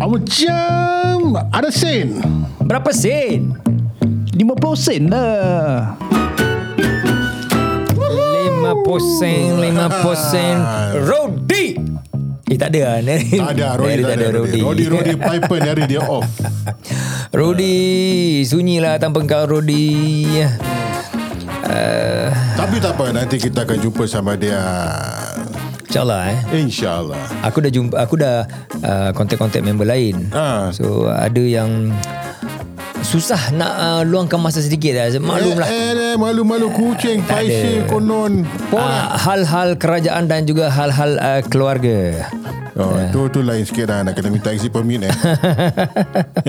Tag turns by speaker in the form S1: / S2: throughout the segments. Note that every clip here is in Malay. S1: Ah, Macam ada sen.
S2: Berapa sen? 50 sen lah
S3: 50 sen
S1: Ah.
S3: 50 sen Rodi Eh tak ada lah
S1: Tak ada Rodi tak ada Rodi Rodi Rodi Piper ni hari dia off
S3: Rodi Sunyilah tanpa kau Rodi Ya. uh,
S1: Tapi tak apa Nanti kita akan jumpa sama dia
S3: InsyaAllah eh
S1: InsyaAllah
S3: Aku dah jumpa Aku dah uh, Contact-contact member lain
S1: Ah.
S3: So ada yang Susah nak uh, Luangkan masa sedikit lah Maklumlah
S1: eh, eh, Malu-malu kucing Paisi konon
S3: uh, Hal-hal kerajaan Dan juga hal-hal uh, keluarga
S1: Oh, itu tu lain sikit dah nak kena minta exit permit eh.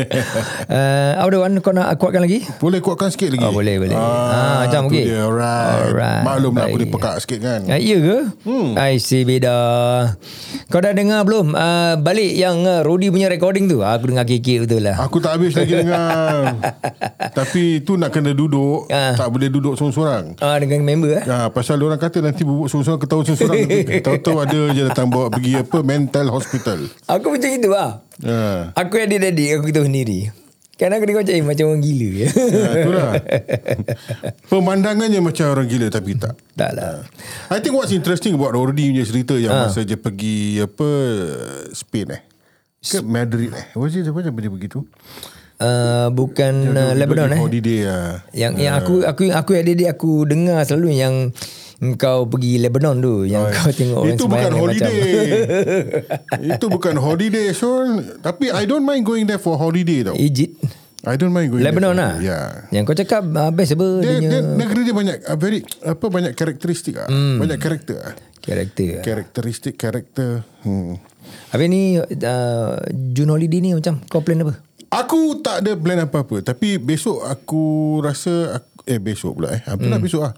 S3: uh, Audawan kau nak kuatkan lagi?
S1: Boleh kuatkan sikit lagi.
S3: Oh, boleh, boleh. Ah, macam,
S1: tu
S3: okey.
S1: Dia, alright.
S3: Alright,
S1: Maklumlah aku
S3: baik.
S1: dia pekak sikit kan.
S3: Ah, iya ke? Hmm. I see beda. Kau dah dengar belum? Uh, balik yang uh, Rodi punya recording tu. Aku dengar kikik betul lah.
S1: Aku tak habis lagi dengar. Tapi tu nak kena duduk,
S3: Ah.
S1: tak boleh duduk seorang-seorang.
S3: Ah, dengan member eh.
S1: Ah, pasal orang kata nanti bubuk seorang-seorang ketahuan seorang-seorang Nanti tahu-tahu ada je datang bawa pergi apa mental hospital.
S3: Aku macam itu lah.
S1: Ah.
S3: Aku edit edit aku kita sendiri. Kadang aku dengar macam eh, macam orang gila ya.
S1: Ah, itulah. Pemandangannya macam orang gila tapi tak.
S3: tak lah.
S1: I think what's interesting about Rodi punya cerita yang
S3: Ah.
S1: ha. masa dia pergi apa Spain eh. Ke Madrid eh. Was it apa dia pergi tu?
S3: Uh, bukan uh, Lebanon eh.
S1: Holiday ah.
S3: Yang yang aku aku aku edit edit aku dengar selalu yang kau pergi Lebanon tu yang kau tengok orang
S1: Itu bukan
S3: Oh, sembahyang yang
S1: holiday.
S3: Macam,
S1: Itu bukan holiday Syul. Tapi I don't mind going there for holiday tau.
S3: Egypt,
S1: I don't mind going
S3: Lebanon
S1: there.
S3: lah.
S1: for holiday. ya. Yeah.
S3: Yang kau cakap uh, best apa dia,
S1: Dia,
S3: punya
S1: dia, negeri dia banyak ah, very apa banyak karakteristik ah.
S3: Hmm.
S1: Banyak karakter ah.
S3: karakter.
S1: Karakteristik karakter. Hmm.
S3: Habis ni uh, June holiday ni macam kau plan apa?
S1: Aku tak ada plan apa-apa Tapi besok aku rasa aku, Eh besok pula eh Apa
S3: Hmm.
S1: lah besok lah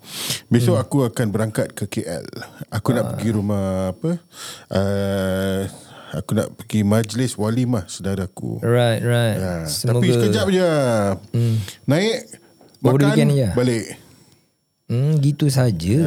S1: Besok aku akan berangkat ke KL Aku
S3: Ah.
S1: nak pergi rumah apa uh, Aku nak pergi majlis walimah saudaraku
S3: Right, right.
S1: ha,
S3: Semoga.
S1: Tapi sekejap je hmm. Naik Makan
S3: Over the weekend je.
S1: balik
S3: Hmm, gitu saja.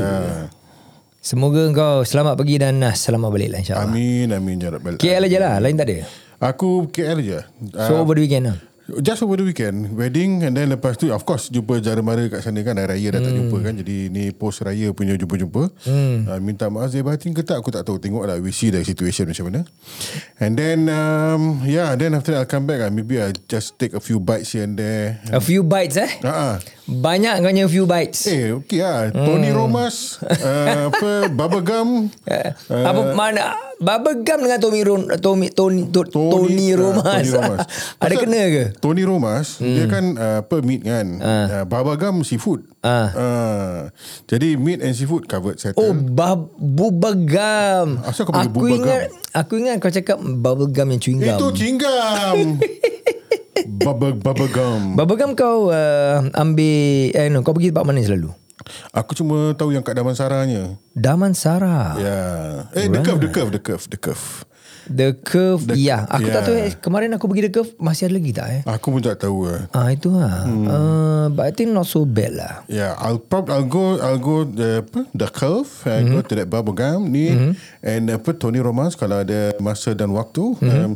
S3: Semoga kau selamat pergi dan uh, selamat balik lah insyaAllah.
S1: Amin amin ya rabbal
S3: KL je lah, lain tak ada.
S1: Aku KL je Ah,
S3: So over the weekend lah.
S1: Just over the weekend Wedding And then lepas tu Of course Jumpa jara mara kat sana kan Hari Raya dah tak jumpa kan Jadi ni post raya punya jumpa-jumpa hmm. uh, Minta maaf Zahir batin ke tak Aku tak tahu Tengok lah We see the situation macam mana And then um, Yeah Then after that I'll come back lah. Maybe I'll just take a few bites here and there
S3: A few bites eh.
S1: Ah, ah.
S3: Banyak kau punya few bites. Eh.
S1: Eh okay lah Tony Romas uh, Apa Bubble Gum Eh.
S3: Eh, apa mana bubble gum dengan Tommy Ron, Tommy Tony Tony, Tony, Tony
S1: ah,
S3: Romas.
S1: Tony Romas.
S3: ada
S1: Pasal
S3: kena ke?
S1: Tony Romas hmm. dia kan uh, apa meat kan. Uh. Uh, Baba Gam seafood.
S3: Ah.
S1: Uh, jadi meat and seafood covered settle.
S3: Oh, bub, bubble gum.
S1: Asal kau panggil
S3: aku
S1: bubble
S3: ingat, Aku ingat kau cakap bubble gum yang chewing gum.
S1: Itu cinggam. Baba Baba Gam.
S3: Bubble gum kau uh, ambil eh, no, Kau pergi tempat mana selalu?
S1: Aku cuma tahu yang kat Damansaranya.
S3: Damansara
S1: Ya. Yeah. Eh the curve the curve the curve the curve.
S3: The Curve
S1: The-
S3: Ya Aku
S1: yeah.
S3: tak tahu eh, Kemarin aku pergi The Curve Masih ada lagi tak eh
S1: Aku pun tak tahu lah.
S3: Ah Itu lah hmm. uh, But I think not so bad lah
S1: Yeah, I'll prob I'll go I'll go the apa the curve I
S3: Mhm.
S1: go to that bubble gum ni mm-hmm. and apa Tony Romans kalau ada masa dan waktu.
S3: Mhm.
S1: Mm-hmm. Um,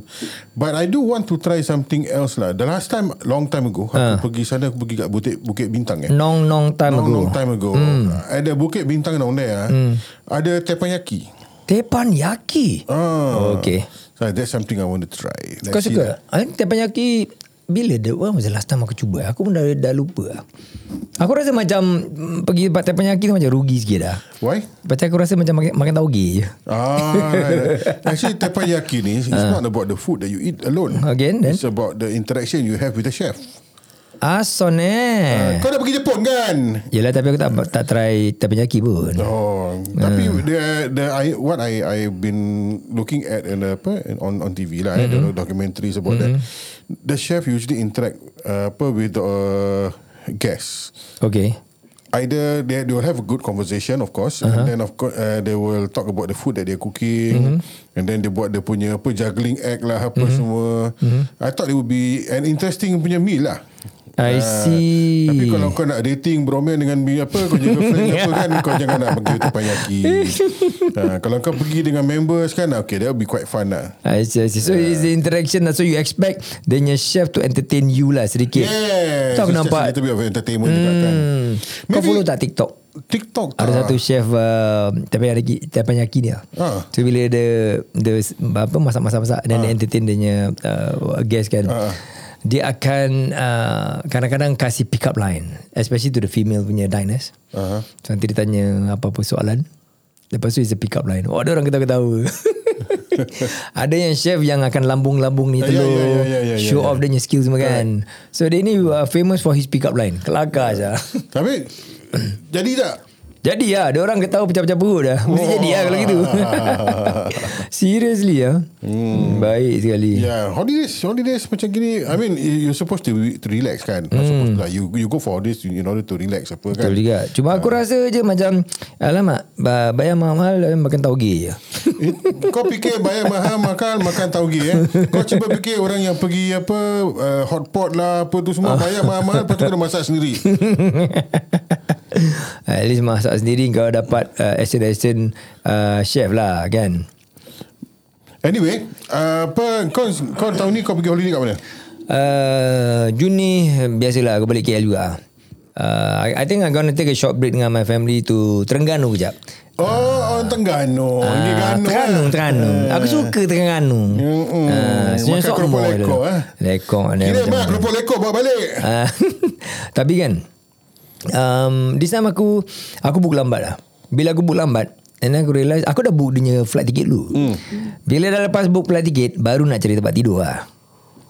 S1: but I do want to try something else lah. The last time long time ago uh.
S3: Ah.
S1: aku pergi sana aku pergi kat Bukit Bukit Bintang eh.
S3: Long long time
S1: Long
S3: ago
S1: long time ago.
S3: Hmm.
S1: Mm. Ada Bukit Bintang down there. ah, Ada teppanyaki.
S3: Teppanyaki
S1: Ah.
S3: Okay
S1: So that's something I want to try. Let's
S3: Kau
S1: see lah.
S3: suka I think Teppanyaki Bila the, When was the last time aku cuba Aku pun dah, dah lupa lah. Aku rasa macam mm, Pergi tempat Teppanyaki tu macam rugi sikit lah. dah
S1: Why?
S3: Macam aku rasa macam makan, makan tauge je
S1: Ah, right, right. actually teppanyaki ni it's not about the food that you eat alone.
S3: Ah. Again then
S1: It's about the interaction you have with the chef. Ah,
S3: Ason Ah, eh
S1: Kau dah pergi Jepun kan?
S3: Yelah tapi aku tak tak try teppanyaki pun.
S1: Oh, tapi
S3: Ah.
S1: the the I, what I I been looking at and uh, apa and on on TV lah, mm-hmm. the documentaries about
S3: Mm-hmm.
S1: that. The chef usually interact uh, apa with the uh, guests.
S3: Okay.
S1: Either they they will have a good conversation of course uh-huh. and then of course uh, they will talk about the food that they're cooking mm-hmm. and then they buat dia punya apa juggling act lah apa mm-hmm. semua. Mm-hmm. I thought it would be an interesting punya meal lah.
S3: I see.
S1: Tapi kalau kau nak dating Bromen dengan bini apa Kau jaga friend apa kan Kau jangan nak pergi Tepanyaki ha, Kalau kau pergi dengan members kan Okay that will be quite fun lah
S3: I see, I see. So it's the interaction lah. So you expect dia punya chef to entertain you lah sedikit.
S1: Yes
S3: Tu aku
S1: it's
S3: nampak.
S1: just A little bit of entertainment hmm. juga kan
S3: Kau
S1: Maybe-
S3: follow tak TikTok?
S1: TikTok tak
S3: Ada satu chef uh, teppanyaki, teppanyaki dia.
S1: Ah.
S3: lah. So bila dia, dia apa masak-masak-masak dan dia entertain dia punya uh, guest kan.
S1: Ah.
S3: Dia akan uh, kadang-kadang kasih pick up line. Especially to the female punya diners.
S1: Ah.
S3: So nanti dia tanya apa-apa soalan. Lepas tu is a pick up line. Oh, ada orang ketawa-ketawa. ada yang chef yang akan lambung-lambung ni
S1: Ya, ya,
S3: telur.
S1: ya, ya, ya, ya,
S3: show
S1: ya.
S3: off dia punya skills semua kan. So dia ni uh, famous for his pick up line. Kelakar je.
S1: Tapi Jadi tak
S3: Jadi lah Dia orang ketawa pecah-pecah perut dah Mesti
S1: Wah.
S3: jadi lah kalau gitu Seriously lah hmm. Baik sekali yeah.
S1: Yeah, holidays, holidays macam gini. I mean, you- you're supposed to, re- to relax kan. Not supposed to, lah. You you go for holidays in order to relax apa kan.
S3: Hmm. Betul juga Cuma aku rasa je macam Alamak ba- Bayar mahal dan makan tauge je
S1: Eh, Kau fikir bayar mahal makan makan tauge eh. Kau cuba fikir orang yang pergi apa uh, hotpot lah apa tu semua bayar mahal-mahal lepas tu kena masak sendiri.
S3: At least masak sendiri Kau dapat uh, Action-action uh, Chef lah kan
S1: Anyway, uh, apa kau kau tahun ni kau pergi holiday kat mana?
S3: uh, Juni Biasalah aku balik KL juga uh, I, I think I'm gonna take a short break Dengan my family to Terengganu kejap
S1: Oh, uh, Terengganu. Uh, Terengganu.
S3: Ah, Terengganu, Terengganu. Aku suka Terengganu.
S1: Mm-mm.
S3: Ah,
S1: mm.
S3: sebenarnya
S1: Makan
S3: sok
S1: keropok
S3: gemuk
S1: lekor,
S3: dia.
S1: eh.
S3: Lekor dia
S1: Kira
S3: macam
S1: mah
S3: mana.
S1: keropok lekor bawa balik.
S3: Ah, Tapi kan um, This time aku Aku book lambat lah Bila aku book lambat And then aku realise Aku dah book dia punya flight ticket dulu mm. Bila dah lepas book flight ticket Baru nak cari tempat tidur lah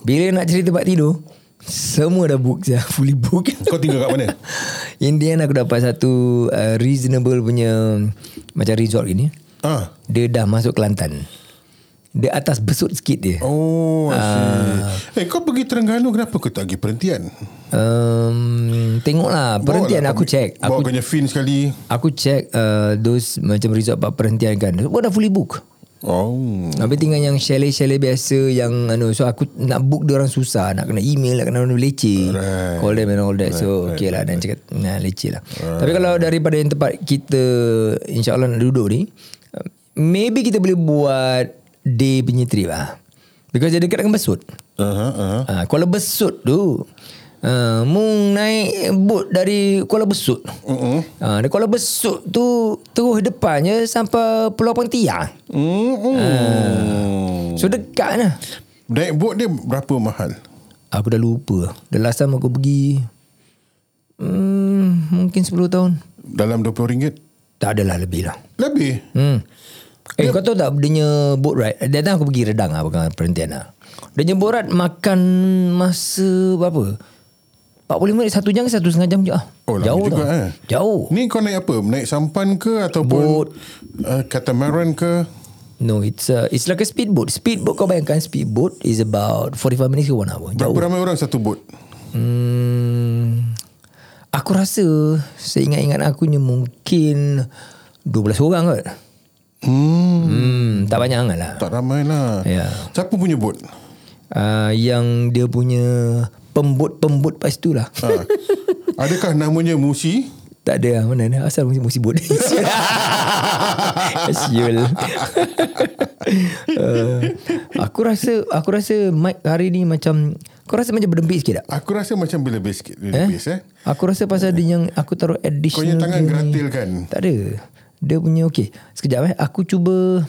S3: Bila nak cari tempat tidur Semua dah book dah Fully book
S1: Kau tinggal kat mana?
S3: In the end aku dapat satu uh, Reasonable punya Macam resort gini
S1: Ah.
S3: Dia dah masuk Kelantan Dia atas besut sikit dia
S1: Oh, I
S3: Ah.
S1: see. Eh, kau pergi Terengganu kenapa kau tak pergi perhentian?
S3: um, Tengoklah Perhentian
S1: Bawa lah
S3: aku
S1: kau-
S3: check
S1: Bawa
S3: Aku
S1: kau punya fin sekali.
S3: Aku check uh, Those macam resort buat perhentian kan Semua dah fully book
S1: Oh.
S3: Habis tinggal yang chalet-chalet biasa Yang anu So aku nak book dia orang susah Nak kena email Nak kena leceh
S1: Right.
S3: Call them and all that So okay lah Dan cakap nah, leceh lah Tapi kalau daripada yang tempat Kita InsyaAllah nak duduk ni uh, Maybe kita boleh buat Day punya trip lah Because dia dekat dengan Besut
S1: Aha, aha.
S3: Ha, Kuala Besut tu uh, Mung naik bot dari Kuala Besut
S1: Hmm?
S3: uh-uh. ha, Dari Kuala Besut tu Terus depannya sampai Pulau Pontianak
S1: Mm-mm. Hmm.
S3: So dekat lah
S1: Naik bot dia berapa mahal?
S3: Aku dah lupa The last time aku pergi hmm, Mungkin 10 tahun
S1: Dalam RM20?
S3: Tak adalah lebih lah
S1: Lebih?
S3: hmm. Eh kau tahu tak Dia punya boat ride That time aku pergi Redang lah Bukan perhentian lah Dia punya boat ride Makan masa berapa 45 minit Satu jam ke satu setengah jam je lah
S1: Oh, lama
S3: Jauh
S1: juga,
S3: tau
S1: eh.
S3: Jauh
S1: Ni kau naik apa? Naik sampan ke ataupun
S3: Bot.
S1: Uh, catamaran ke?
S3: No, it's a, it's like a speedboat. Speedboat kau bayangkan speedboat is about 45 minutes ke 1 hour.
S1: Berapa
S3: Jauh.
S1: ramai orang satu bot?
S3: Hmm, aku rasa seingat-ingat aku ni mungkin 12 orang kot.
S1: Hmm,
S3: Hmm, tak banyak sangat lah.
S1: tak ramai lah.
S3: Ya.
S1: Siapa punya bot?
S3: Uh, yang dia punya pembut-pembut pas tu lah.
S1: Ha. Adakah namanya Musi?
S3: tak ada lah. Mana ada. Asal mesti mesti bot. Siul. Ah, uh, aku rasa aku rasa Mike hari ni macam kau rasa macam berdempik sikit tak?
S1: Aku rasa macam bila base sikit. Bila eh? base eh.
S3: Aku rasa pasal dia yang aku taruh
S1: Kau
S3: additional.
S1: punya tangan
S3: dia ni.
S1: gratil kan?
S3: Tak ada. Dia punya okey. Sekejap eh. Aku cuba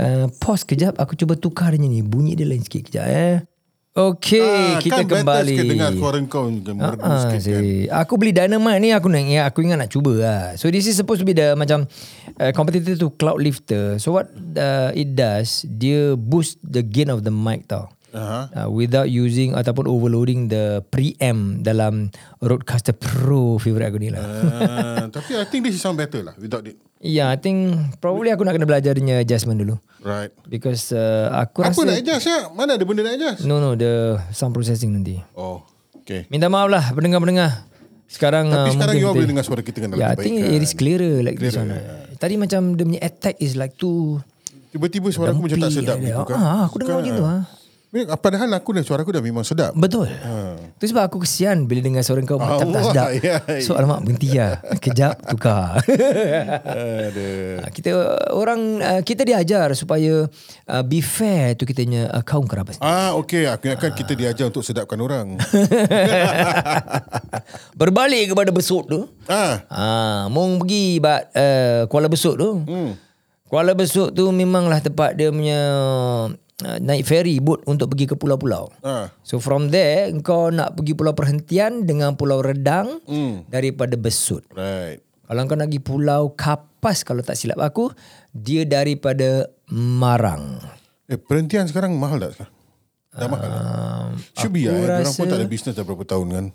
S3: uh, pause kejap. Aku cuba tukar dia ni. Bunyi dia lain sikit kejap eh. Okey, ah, kita
S1: kan
S3: kembali.
S1: Kan dengar suara kau yang merdu
S3: Ah,
S1: sikit kan?
S3: si. Aku beli dynamite ni aku nak ingat aku ingat nak cuba lah. So this is supposed to be the macam uh, competitor to cloud lifter. So what uh, it does, dia boost the gain of the mic tau.
S1: Aha.
S3: Uh, without using ataupun overloading the preamp dalam Rodecaster Pro favorite aku ni lah.
S1: Ah, tapi I think this is sound better lah without it.
S3: yeah, I think probably aku nak kena belajar dia punya adjustment dulu.
S1: Right.
S3: Because uh, aku
S1: Apa
S3: rasa
S1: nak adjust ya? Mana ada benda nak adjust?
S3: no no the sound processing nanti.
S1: Oh, okay.
S3: Minta maaf lah pendengar-pendengar. Sekarang
S1: Tapi
S3: uh,
S1: sekarang
S3: mungkin
S1: you all
S3: kita-
S1: boleh dengar suara kita dengan lebih
S3: Yeah, I
S1: baik ya,
S3: think
S1: kan?
S3: it is clearer like this one. Tadi macam dia punya attack is like too
S1: Tiba-tiba suara aku macam tak
S3: dumpy
S1: sedap
S3: like
S1: gitu
S3: that.
S1: kan?
S3: Ah, aku dengar macam tu ah.
S1: Bukan. Padahal aku dan suara aku dah memang sedap.
S3: Betul. Ha. Tu sebab aku kesian bila dengar suara kau macam tak
S1: Allah,
S3: sedap.
S1: ya.
S3: So alamak berhenti lah. Kejap tukar.
S1: Aduh.
S3: Ah, kita orang ah, kita diajar supaya ah, be fair tu kitanya uh, kaum kerabat.
S1: Ah, okey. Aku ingatkan kita
S3: Ah.
S1: diajar untuk sedapkan orang.
S3: Berbalik kepada besut tu.
S1: ah,
S3: Ah, mong pergi bat uh, Kuala Besut tu. Hmm. Kuala Besut tu memanglah tempat dia punya uh, naik ferry boat untuk pergi ke pulau-pulau.
S1: ah.
S3: So from there kau nak pergi pulau perhentian dengan pulau redang hmm. daripada Besut.
S1: Right.
S3: Kalau kau nak pergi pulau Kapas kalau tak silap aku, dia daripada Marang.
S1: Eh, perhentian sekarang mahal tak? sekarang? Dah mahal. Um, Should be lah. Eh. Orang pun tak ada bisnes dah berapa tahun kan.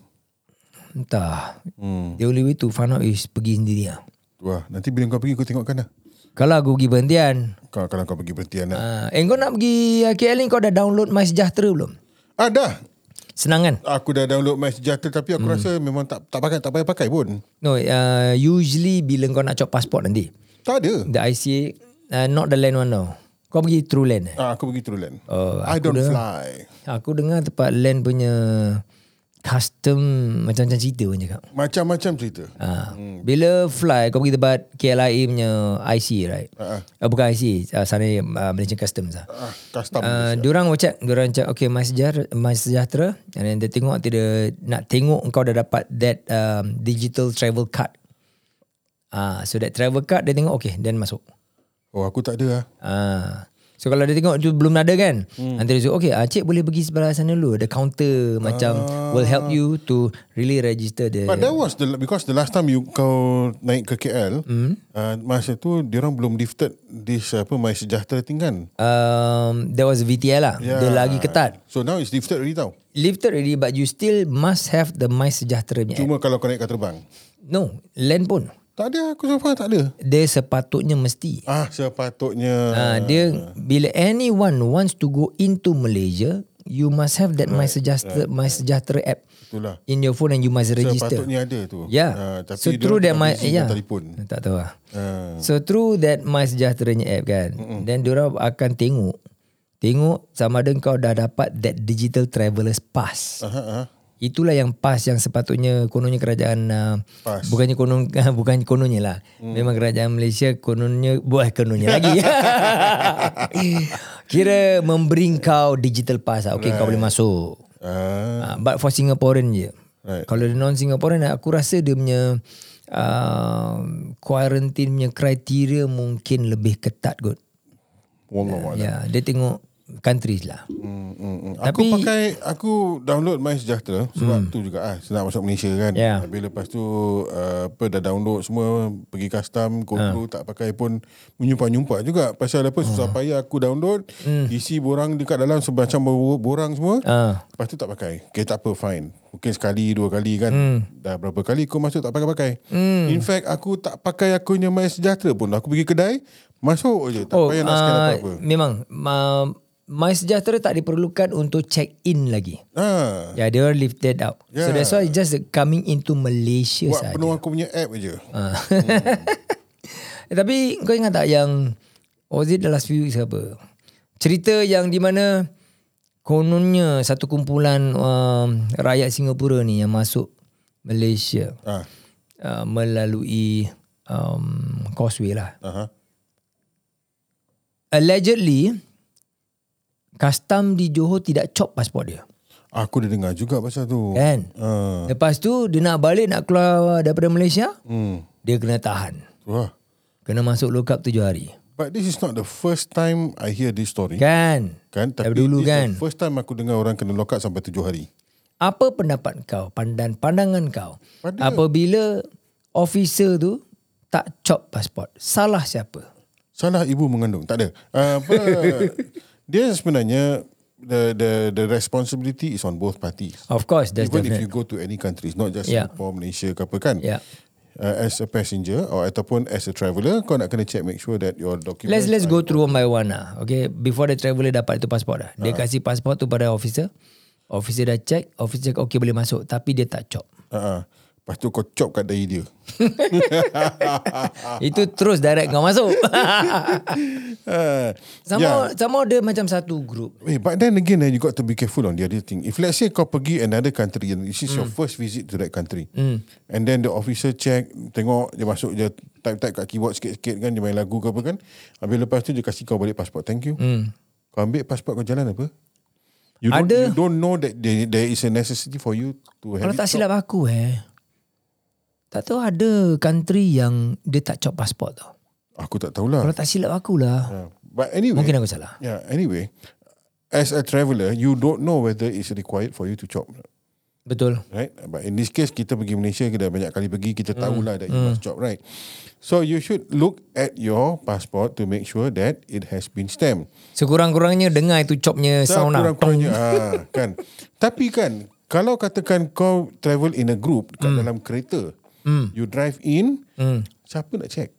S3: Entah. Hmm. The only way to find out is pergi sendiri lah.
S1: Wah, nanti bila kau pergi kau tengokkan lah.
S3: Kalau aku pergi berhentian,
S1: Kalau, kalau kau pergi perhentian lah.
S3: uh, eh kau nak pergi uh, KL ni kau dah download My Sejahtera belum?
S1: Ah, dah.
S3: Senang kan?
S1: Aku dah download My Sejahtera tapi
S3: Hmm.
S1: aku rasa memang tak tak pakai tak payah pakai pun.
S3: No, uh, usually bila kau nak cop passport nanti,
S1: Tak ada.
S3: the ICA, uh, not the land one now. Kau pergi through land eh?
S1: Ah, aku pergi Truland.
S3: Oh,
S1: I don't fly.
S3: Aku dengar tempat land punya custom macam-macam cerita pun cakap.
S1: Macam-macam cerita.
S3: Uh, Bila fly kau pergi tempat KLIA punya IC right?
S1: Ah, ah.
S3: Uh, bukan IC, uh, sana uh, Malaysian Customs lah.
S1: Ah, custom.
S3: Uh, diorang will check Diorang check Okay my sejahtera, my sejahtera And then dia tengok nanti dia Nak tengok kau dah dapat That um, digital travel card Ah, uh, So that travel card Dia tengok okay Then masuk
S1: Oh, aku tak ada lah.
S3: Ah, So kalau dia tengok tu belum ada kan hmm. Nanti dia suruh Okay ah, cik boleh pergi sebelah sana dulu Ada counter Macam Will help you to Really register the
S1: But that was the because the last time you kau naik ke KL,
S3: Hmm.
S1: mm. uh, masa tu diorang belum lifted this apa My Sejahtera thing kan.
S3: um, There was VTL lah yeah. Dia lagi ketat
S1: So now it's lifted already tau.
S3: Lifted already But you still must have The My Sejahtera punya app.
S1: Cuma kalau kau naik kapal terbang.
S3: No Land pun
S1: Tak ada aku so far tak ada.
S3: Dia sepatutnya mesti
S1: Ah sepatutnya
S3: Ah, dia bila anyone wants to go into Malaysia, you must have that My Sejahtera My Sejahtera app
S1: itulah.
S3: in your phone and you must register.
S1: Sepatutnya ada tu.
S3: Yeah.
S1: Ah, tapi
S3: Ya. so through that my ya. yeah.
S1: telefon.
S3: Tak tahu lah.
S1: Ah.
S3: So through that My Sejahteranya app kan,
S1: Hmm.
S3: mm then diorang akan tengok tengok sama ada kau dah dapat that digital travelers pass.
S1: Aha, aha.
S3: Itulah yang PAS yang sepatutnya kononnya kerajaan uh,
S1: PAS.
S3: bukannya konon bukan kononnya lah. Hmm. Memang kerajaan Malaysia kononnya buah kononnya lagi. Kira memberi kau digital PAS lah. Okay right. kau boleh masuk.
S1: Ah,
S3: Uh, but for Singaporean je.
S1: Right.
S3: Kalau dia non-Singaporean eh, aku rasa dia punya uh, quarantine punya kriteria mungkin lebih ketat kot.
S1: wallah.
S3: Ya, yeah, dia tengok countries lah.
S1: Hmm, hmm, hmm. Aku
S3: Tapi- Hmm.
S1: pakai Aku download My Sejahtera Sebab tu juga ah, Nak masuk Malaysia kan
S3: Ya.
S1: Habis lepas tu uh, apa, Dah download semua Pergi custom Go
S3: Ah.
S1: through Tak pakai pun Menyumpat-nyumpat juga Pasal apa Susah payah aku download Isi borang dekat dalam Macam bor- borang semua
S3: Hmm. Ah.
S1: Lepas tu tak pakai Okay tak apa fine Mungkin sekali dua kali kan
S3: Hmm.
S1: Dah berapa kali kau masuk tak pakai-pakai In fact aku tak pakai Aku punya My Sejahtera pun Aku pergi kedai Masuk je Tak
S3: Oh,
S1: payah nak scan
S3: ah,
S1: apa-apa
S3: Memang uh, My Sejahtera tak diperlukan untuk check in lagi.
S1: Ah.
S3: Ya, yeah, they all lift that out. Yeah. So
S1: Yeah.
S3: that's why it's just coming into Malaysia
S1: Buat
S3: saja.
S1: penuh aku punya app je.
S3: Ah. Eh, Tapi kau ingat tak yang was it the last few weeks apa? Cerita yang di mana kononnya satu kumpulan um, rakyat Singapura ni yang masuk Malaysia
S1: Ah.
S3: uh, melalui um, causeway lah.
S1: Aha.
S3: Allegedly custom di Johor tidak chop pasport dia.
S1: Aku dah dengar juga pasal tu.
S3: Kan?
S1: Ah.
S3: Lepas tu dia nak balik nak keluar daripada Malaysia,
S1: Hmm.
S3: dia kena tahan.
S1: Wah.
S3: Kena masuk lock up 7 hari.
S1: But this is not the first time I hear this story. Kan?
S3: Kan?
S1: Tapi
S3: dulu
S1: this is
S3: kan?
S1: the first time aku dengar orang kena lock up sampai tujuh hari.
S3: Apa pendapat kau, pandan pandangan kau
S1: Pada-
S3: apabila officer tu tak chop pasport? Salah siapa?
S1: Salah ibu mengandung. Tak ada. Ah, apa, dia sebenarnya the, the the responsibility is on both parties.
S3: Of course, that's
S1: Even if
S3: definite.
S1: you go to any countries, not just
S3: Yeah.
S1: Singapore, Malaysia ke apa kan.
S3: Yeah.
S1: Uh, as a passenger or ataupun as a traveller, kau nak kena check make sure that your documents
S3: Let's let's go through one by one lah. Okay, before the traveller dapat itu pasport dah.
S1: Ah.
S3: Dia kasih pasport tu pada officer. Officer dah check, officer cakap okay boleh masuk tapi dia tak chop.
S1: Uh-huh. Lepas tu kau chop kat dahi dia.
S3: Itu terus direct kau masuk.
S1: Ah,
S3: sama yeah. sama dia macam satu group.
S1: Eh, but then again, eh, you got to be careful on the other thing. If let's say kau pergi another country and this is mm.
S3: Hmm.
S1: your first visit to that country, mm. and then the officer check, tengok, dia masuk, dia type-type kat keyboard sikit-sikit kan, dia main lagu ke apa kan. Habis lepas tu, dia kasih kau balik pasport. Thank you. Mm. Kau ambil pasport kau jalan apa? You don't,
S3: Hmm. Ada.
S1: you don't know that there, there is a necessity for you to have
S3: Kalau tak
S1: it.
S3: silap aku eh. Tak tahu ada country yang dia tak cop pasport tau.
S1: Aku tak tahulah.
S3: Kalau tak silap lah. akulah.
S1: Ah, But anyway.
S3: Mungkin aku salah.
S1: Yeah, anyway, as a traveller, you don't know whether it's required for you to chop.
S3: Betul.
S1: Right? But in this case, kita pergi Malaysia, kita dah banyak kali pergi, kita tahulah that you must chop, right? So you should look at your passport to make sure that it has been stamped.
S3: Sekurang-kurangnya dengar itu chopnya sound lah.
S1: Kurang-kurangnya, ah, kan. Tapi kan, kalau katakan kau travel in a group kat dalam kereta, you drive in, siapa nak check?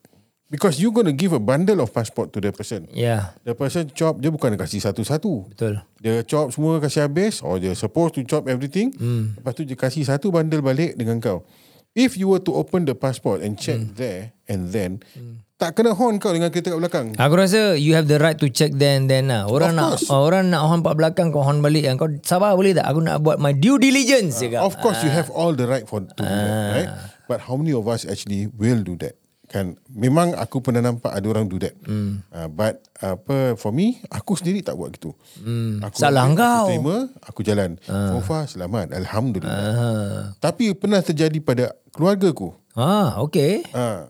S1: Because you going to give a bundle of passport to the person.
S3: Ya,
S1: The person chop, dia bukan kasih satu-satu.
S3: betul.
S1: Dia chop semua kasih habis Or dia supposed to chop everything mm. Lepas tu dia kasih satu bundle balik dengan kau If you were to open the passport And check mm. there and then mm. Tak kena horn kau dengan kereta kat belakang
S3: Aku rasa you have the right to check then then lah.
S1: Of
S3: Orang nak
S1: course.
S3: orang nak horn pak belakang kau horn balik yang kau sabar boleh tak? Aku nak buat my due
S1: Ah.
S3: diligence je kau.
S1: Of course you have all the right for to do that right? But how many of us actually will do that kan memang aku pernah nampak ada orang do that mm. uh, but apa for me aku sendiri tak buat gitu mm. aku
S3: Salah
S1: ambil,
S3: kau.
S1: aku terima aku jalan uh. so far selamat alhamdulillah uh. tapi pernah terjadi pada keluarga ku
S3: Ah, okay.
S1: Ah,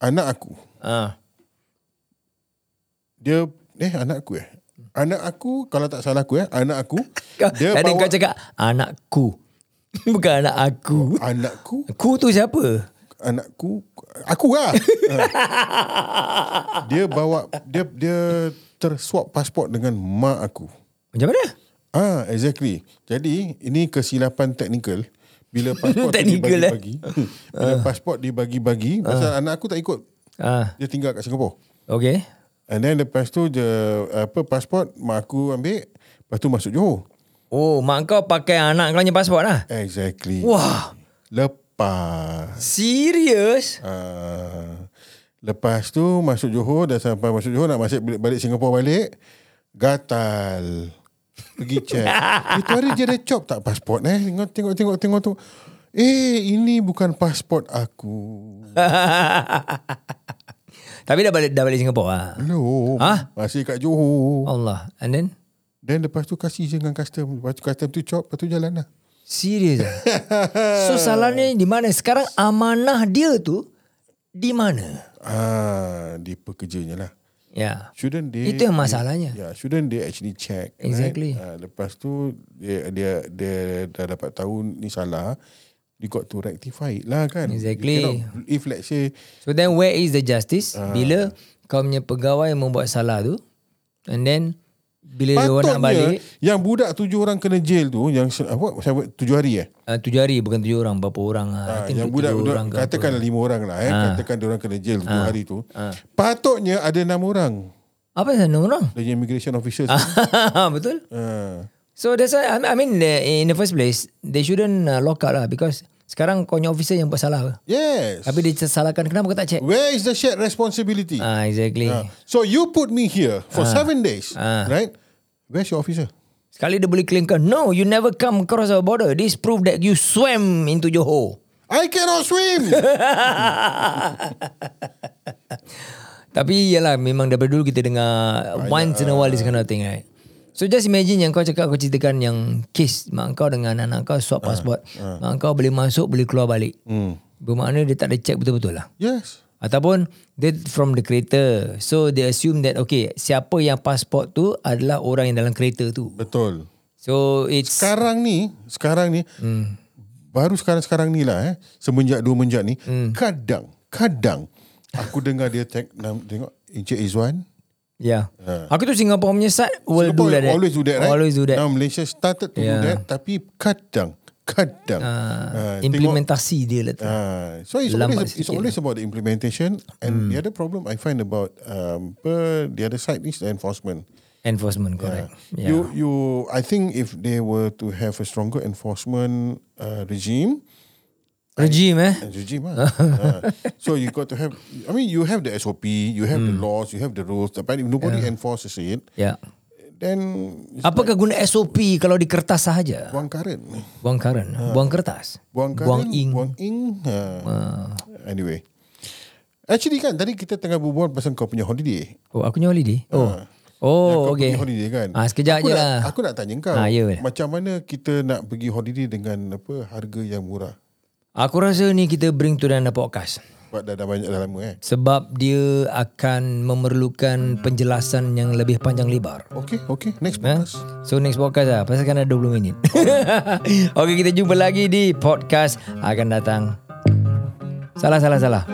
S1: anak aku.
S3: Ah,
S1: Dia eh anak aku eh. Anak aku kalau tak salah aku eh, anak aku
S3: kau,
S1: dia
S3: tadi
S1: bawa
S3: kau cakap anakku. Bukan anak aku.
S1: anakku,
S3: Ku tu siapa?
S1: anakku, aku lah. Ah. dia bawa dia dia terswap pasport dengan mak aku.
S3: Macam mana?
S1: Ah, exactly. Jadi ini kesilapan teknikal. Bila pasport tu
S3: Teknikal, eh? Ha.
S1: dibagi-bagi, bila pasport dibagi-bagi, pasal anak aku tak ikut.
S3: Ah,
S1: Dia tinggal kat Singapura.
S3: okay.
S1: And then lepas tu je apa pasport mak aku ambil, lepas tu masuk Johor.
S3: Oh, mak kau pakai anak kau punya pasport lah.
S1: Exactly.
S3: Wah,
S1: Lepas
S3: serius?
S1: uh, lepas tu masuk Johor dah sampai masuk Johor nak masuk balik, balik Singapura balik gatal. Pergi check. Itu hari dia ada chop tak pasport eh? Tengok tengok tengok tengok tu. Eh ini bukan pasport aku.
S3: Tapi dah balik dah balik Singapura lah.
S1: Hmm. Belum.
S3: Hah?
S1: Masih kat Johor.
S3: Allah. And then?
S1: Then lepas tu kasih je dengan custom. Lepas tu custom tu chop. Lepas tu jalan lah.
S3: Serius ah? So salahnya di mana? Sekarang amanah dia tu di mana?
S1: Ah, dia pekerjanya lah.
S3: Ya.
S1: Shouldn't they
S3: Itu yang masalahnya.
S1: Yeah, shouldn't they actually check?
S3: Exactly.
S1: Right? Uh, lepas tu dia, dia dia dah dapat tahu ni salah. You got to rectify it lah kan.
S3: Exactly.
S1: You cannot- if let's say
S3: So then where is the justice?
S1: Ah.
S3: Bila kau punya pegawai membuat salah tu and then bila dia orang nak balik
S1: patutnya yang budak tujuh orang kena jail tu yang se- apa saya tujuh hari eh.
S3: uh, tujuh hari bukan tujuh orang berapa orang lah. I
S1: Ah,
S3: think
S1: yang
S3: tu
S1: budak,
S3: tujuh
S1: budak
S3: orang ke
S1: katakan
S3: apa. Ah.
S1: lima orang lah eh. Katakan dia orang kena jail tujuh hari tu. Patutnya ada enam orang.
S3: apa yang enam orang?
S1: Dari immigration officers.
S3: Ah. Betul?
S1: Ah.
S3: So that's why I mean- I mean uh, in the first place they shouldn't uh, lock up lah because sekarang kau punya officer yang buat salah ke?
S1: Yes.
S3: Tapi dia salahkan kenapa kau tak check?
S1: Where is the shared responsibility?
S3: Ah exactly.
S1: Ah. So you put me here for
S3: Ah.
S1: seven days, right? Where's your officer?
S3: Sekali dia boleh claimkan, no, you never come across our border. This prove that you swam into Johor.
S1: I cannot swim.
S3: Tapi yalah, memang daripada dulu kita dengar once in a while this kind of thing, right? So just imagine yang kau cakap, kau ceritakan yang case mak kau dengan anak kau swap passport. Mak kau boleh masuk, boleh keluar balik. Hmm. Bermakna dia tak ada check betul-betul lah.
S1: yes.
S3: Ataupun dia from the kereta. So they assume that okay, siapa yang passport tu adalah orang yang dalam kereta tu.
S1: Betul.
S3: So it's
S1: Sekarang ni, sekarang ni,
S3: Hmm.
S1: baru sekarang-sekarang ni lah eh, semenjak dua menjak ni,
S3: Hmm.
S1: kadang, kadang aku dengar dia tag, nam- tengok Encik Izwan.
S3: Yeah. Ya. Aku tu Singapore punya side
S1: Ha.
S3: will
S1: Singapore
S3: do like that.
S1: Always do that, right?
S3: Always do that.
S1: Now Malaysia started to do
S3: Yeah.
S1: that, tapi kadang, kadang.
S3: Uh,
S1: ah, tengok-
S3: implementasi dia lah tu.
S1: Ah, so it's
S3: Lambat
S1: always it's
S3: sikit lah. Hmm.
S1: always about the implementation and the other problem I find about um per, the other side is the enforcement.
S3: Enforcement
S1: Ya.
S3: correct. Ya. Yeah.
S1: You you I think if they were to have a stronger enforcement uh, regime
S3: Regime eh
S1: Regime lah. ha. So you got to have, I mean you have the SOP, you have
S3: Hmm.
S1: the laws, you have the rules. But if nobody enforces it,
S3: Ya
S1: then it's
S3: Apakah guna SOP Kalau di kertas sahaja
S1: buang karet.
S3: Buang karan Buang
S1: Ha.
S3: kertas
S1: Buang karet,
S3: Buang Ah. ing
S1: Buang ing. Ha. Anyway. Actually kan tadi kita tengah berbual pasal kau punya holiday. Ah.
S3: Oh aku punya holiday
S1: Ha.
S3: Oh Oh
S1: kau pergi
S3: okay
S1: Ya, holiday kan.
S3: ah, Sekejap
S1: aku
S3: je
S1: nak,
S3: lah
S1: Aku nak tanya kau.
S3: Ah, ya weh.
S1: macam mana kita nak pergi holiday dengan apa harga yang murah?
S3: Aku rasa ni kita bring to the podcast
S1: Sebab dah, dah banyak dah lama eh.
S3: Sebab dia akan
S1: Hmm.
S3: memerlukan penjelasan yang lebih panjang lebar.
S1: Okay, okay. Next
S3: Ha?
S1: podcast.
S3: So next podcast lah Pasal kan ada 20 minit Okay kita jumpa lagi di podcast Akan datang Salah salah salah